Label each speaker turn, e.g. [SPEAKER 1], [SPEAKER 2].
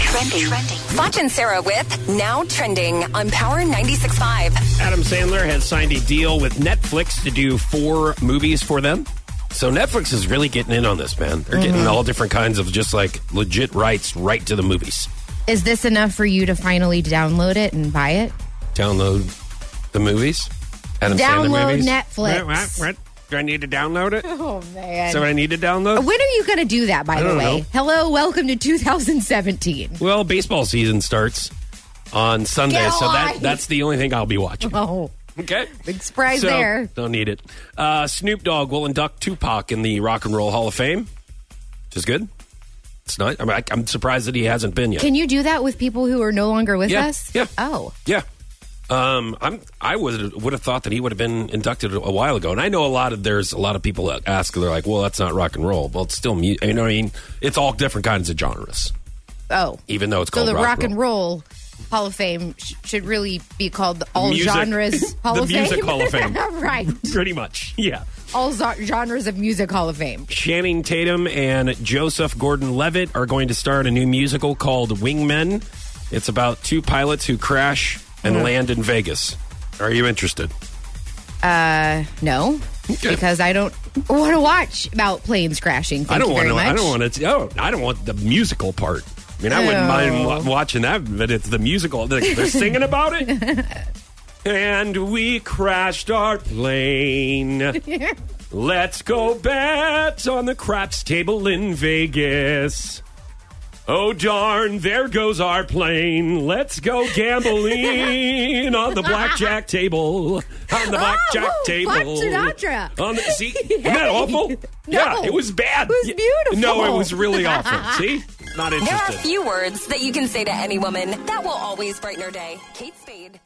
[SPEAKER 1] Trending. Trending. Foch and Sarah with Now Trending on Power 96.5.
[SPEAKER 2] Adam Sandler has signed a deal with Netflix to do four movies for them. So Netflix is really getting in on this, man. They're getting
[SPEAKER 3] Mm-hmm.
[SPEAKER 2] all different kinds of just like legit rights right to the movies.
[SPEAKER 3] Is this enough for you to finally download it and buy it?
[SPEAKER 2] Download the movies. Adam
[SPEAKER 3] Download
[SPEAKER 2] Sandler movies.
[SPEAKER 3] Netflix.
[SPEAKER 2] What, what, what? Do I need to download it? Is
[SPEAKER 3] Oh man.
[SPEAKER 2] that what I need to download?
[SPEAKER 3] when are you going to do that, by the
[SPEAKER 2] don't
[SPEAKER 3] way?
[SPEAKER 2] know.
[SPEAKER 3] Hello, welcome to 2017.
[SPEAKER 2] Well, baseball season starts on Sunday,
[SPEAKER 3] Get
[SPEAKER 2] so that,
[SPEAKER 3] alive.
[SPEAKER 2] that's the only thing I'll be watching.
[SPEAKER 3] Oh,
[SPEAKER 2] Okay.
[SPEAKER 3] big surprise
[SPEAKER 2] So,
[SPEAKER 3] there.
[SPEAKER 2] Don't need it. Uh, Snoop Dogg will induct Tupac in the Rock and Roll Hall of Fame, which is good. It's not. I mean, I, I'm surprised that he hasn't been yet.
[SPEAKER 3] Can you do that with people who are no longer with
[SPEAKER 2] Yeah,
[SPEAKER 3] us?
[SPEAKER 2] yeah.
[SPEAKER 3] Oh.
[SPEAKER 2] yeah. Um, I'm. I would would have thought that he would have been inducted a while ago, and I know a lot of there's a lot of people that ask. They're like, "Well, that's not rock and roll." Well, it's still mu You know what I mean? It's all different kinds of genres,
[SPEAKER 3] Oh.
[SPEAKER 2] even though it's
[SPEAKER 3] so
[SPEAKER 2] called
[SPEAKER 3] the
[SPEAKER 2] rock,
[SPEAKER 3] rock and roll Hall of Fame sh- should really be called the All
[SPEAKER 2] music-
[SPEAKER 3] Genres Hall
[SPEAKER 2] the
[SPEAKER 3] of
[SPEAKER 2] Music
[SPEAKER 3] Fame.
[SPEAKER 2] Hall of Fame.
[SPEAKER 3] right.
[SPEAKER 2] Pretty much, yeah.
[SPEAKER 3] All zo- genres of music Hall of Fame.
[SPEAKER 2] Channing Tatum and Joseph Gordon Levitt are going to start a new musical called Wingmen. It's about two pilots who crash and land in Vegas. Are you interested?
[SPEAKER 3] No.
[SPEAKER 2] Okay.
[SPEAKER 3] Because I don't want to watch about planes crashing. Thank
[SPEAKER 2] I don't
[SPEAKER 3] you
[SPEAKER 2] want
[SPEAKER 3] very
[SPEAKER 2] to.
[SPEAKER 3] much.
[SPEAKER 2] I don't want to. Oh, I don't want the musical part. I mean, I wouldn't
[SPEAKER 3] Oh.
[SPEAKER 2] mind wa- watching that, but it's the musical. They're, they're singing about it. And we crashed our plane. Let's go bet on the craps table in Vegas. Oh, darn, there goes our plane. Let's go gambling on the blackjack table. On the blackjack
[SPEAKER 3] Oh,
[SPEAKER 2] table.
[SPEAKER 3] Frank Sinatra.
[SPEAKER 2] On the, see, isn't that awful? Yeah,
[SPEAKER 3] No.
[SPEAKER 2] it was bad.
[SPEAKER 3] It was
[SPEAKER 2] Yeah.
[SPEAKER 3] beautiful.
[SPEAKER 2] No, it was really awful. See? Not
[SPEAKER 1] There are a
[SPEAKER 2] interested.
[SPEAKER 1] few words that you can say to any woman that will always brighten her day. Kate Spade.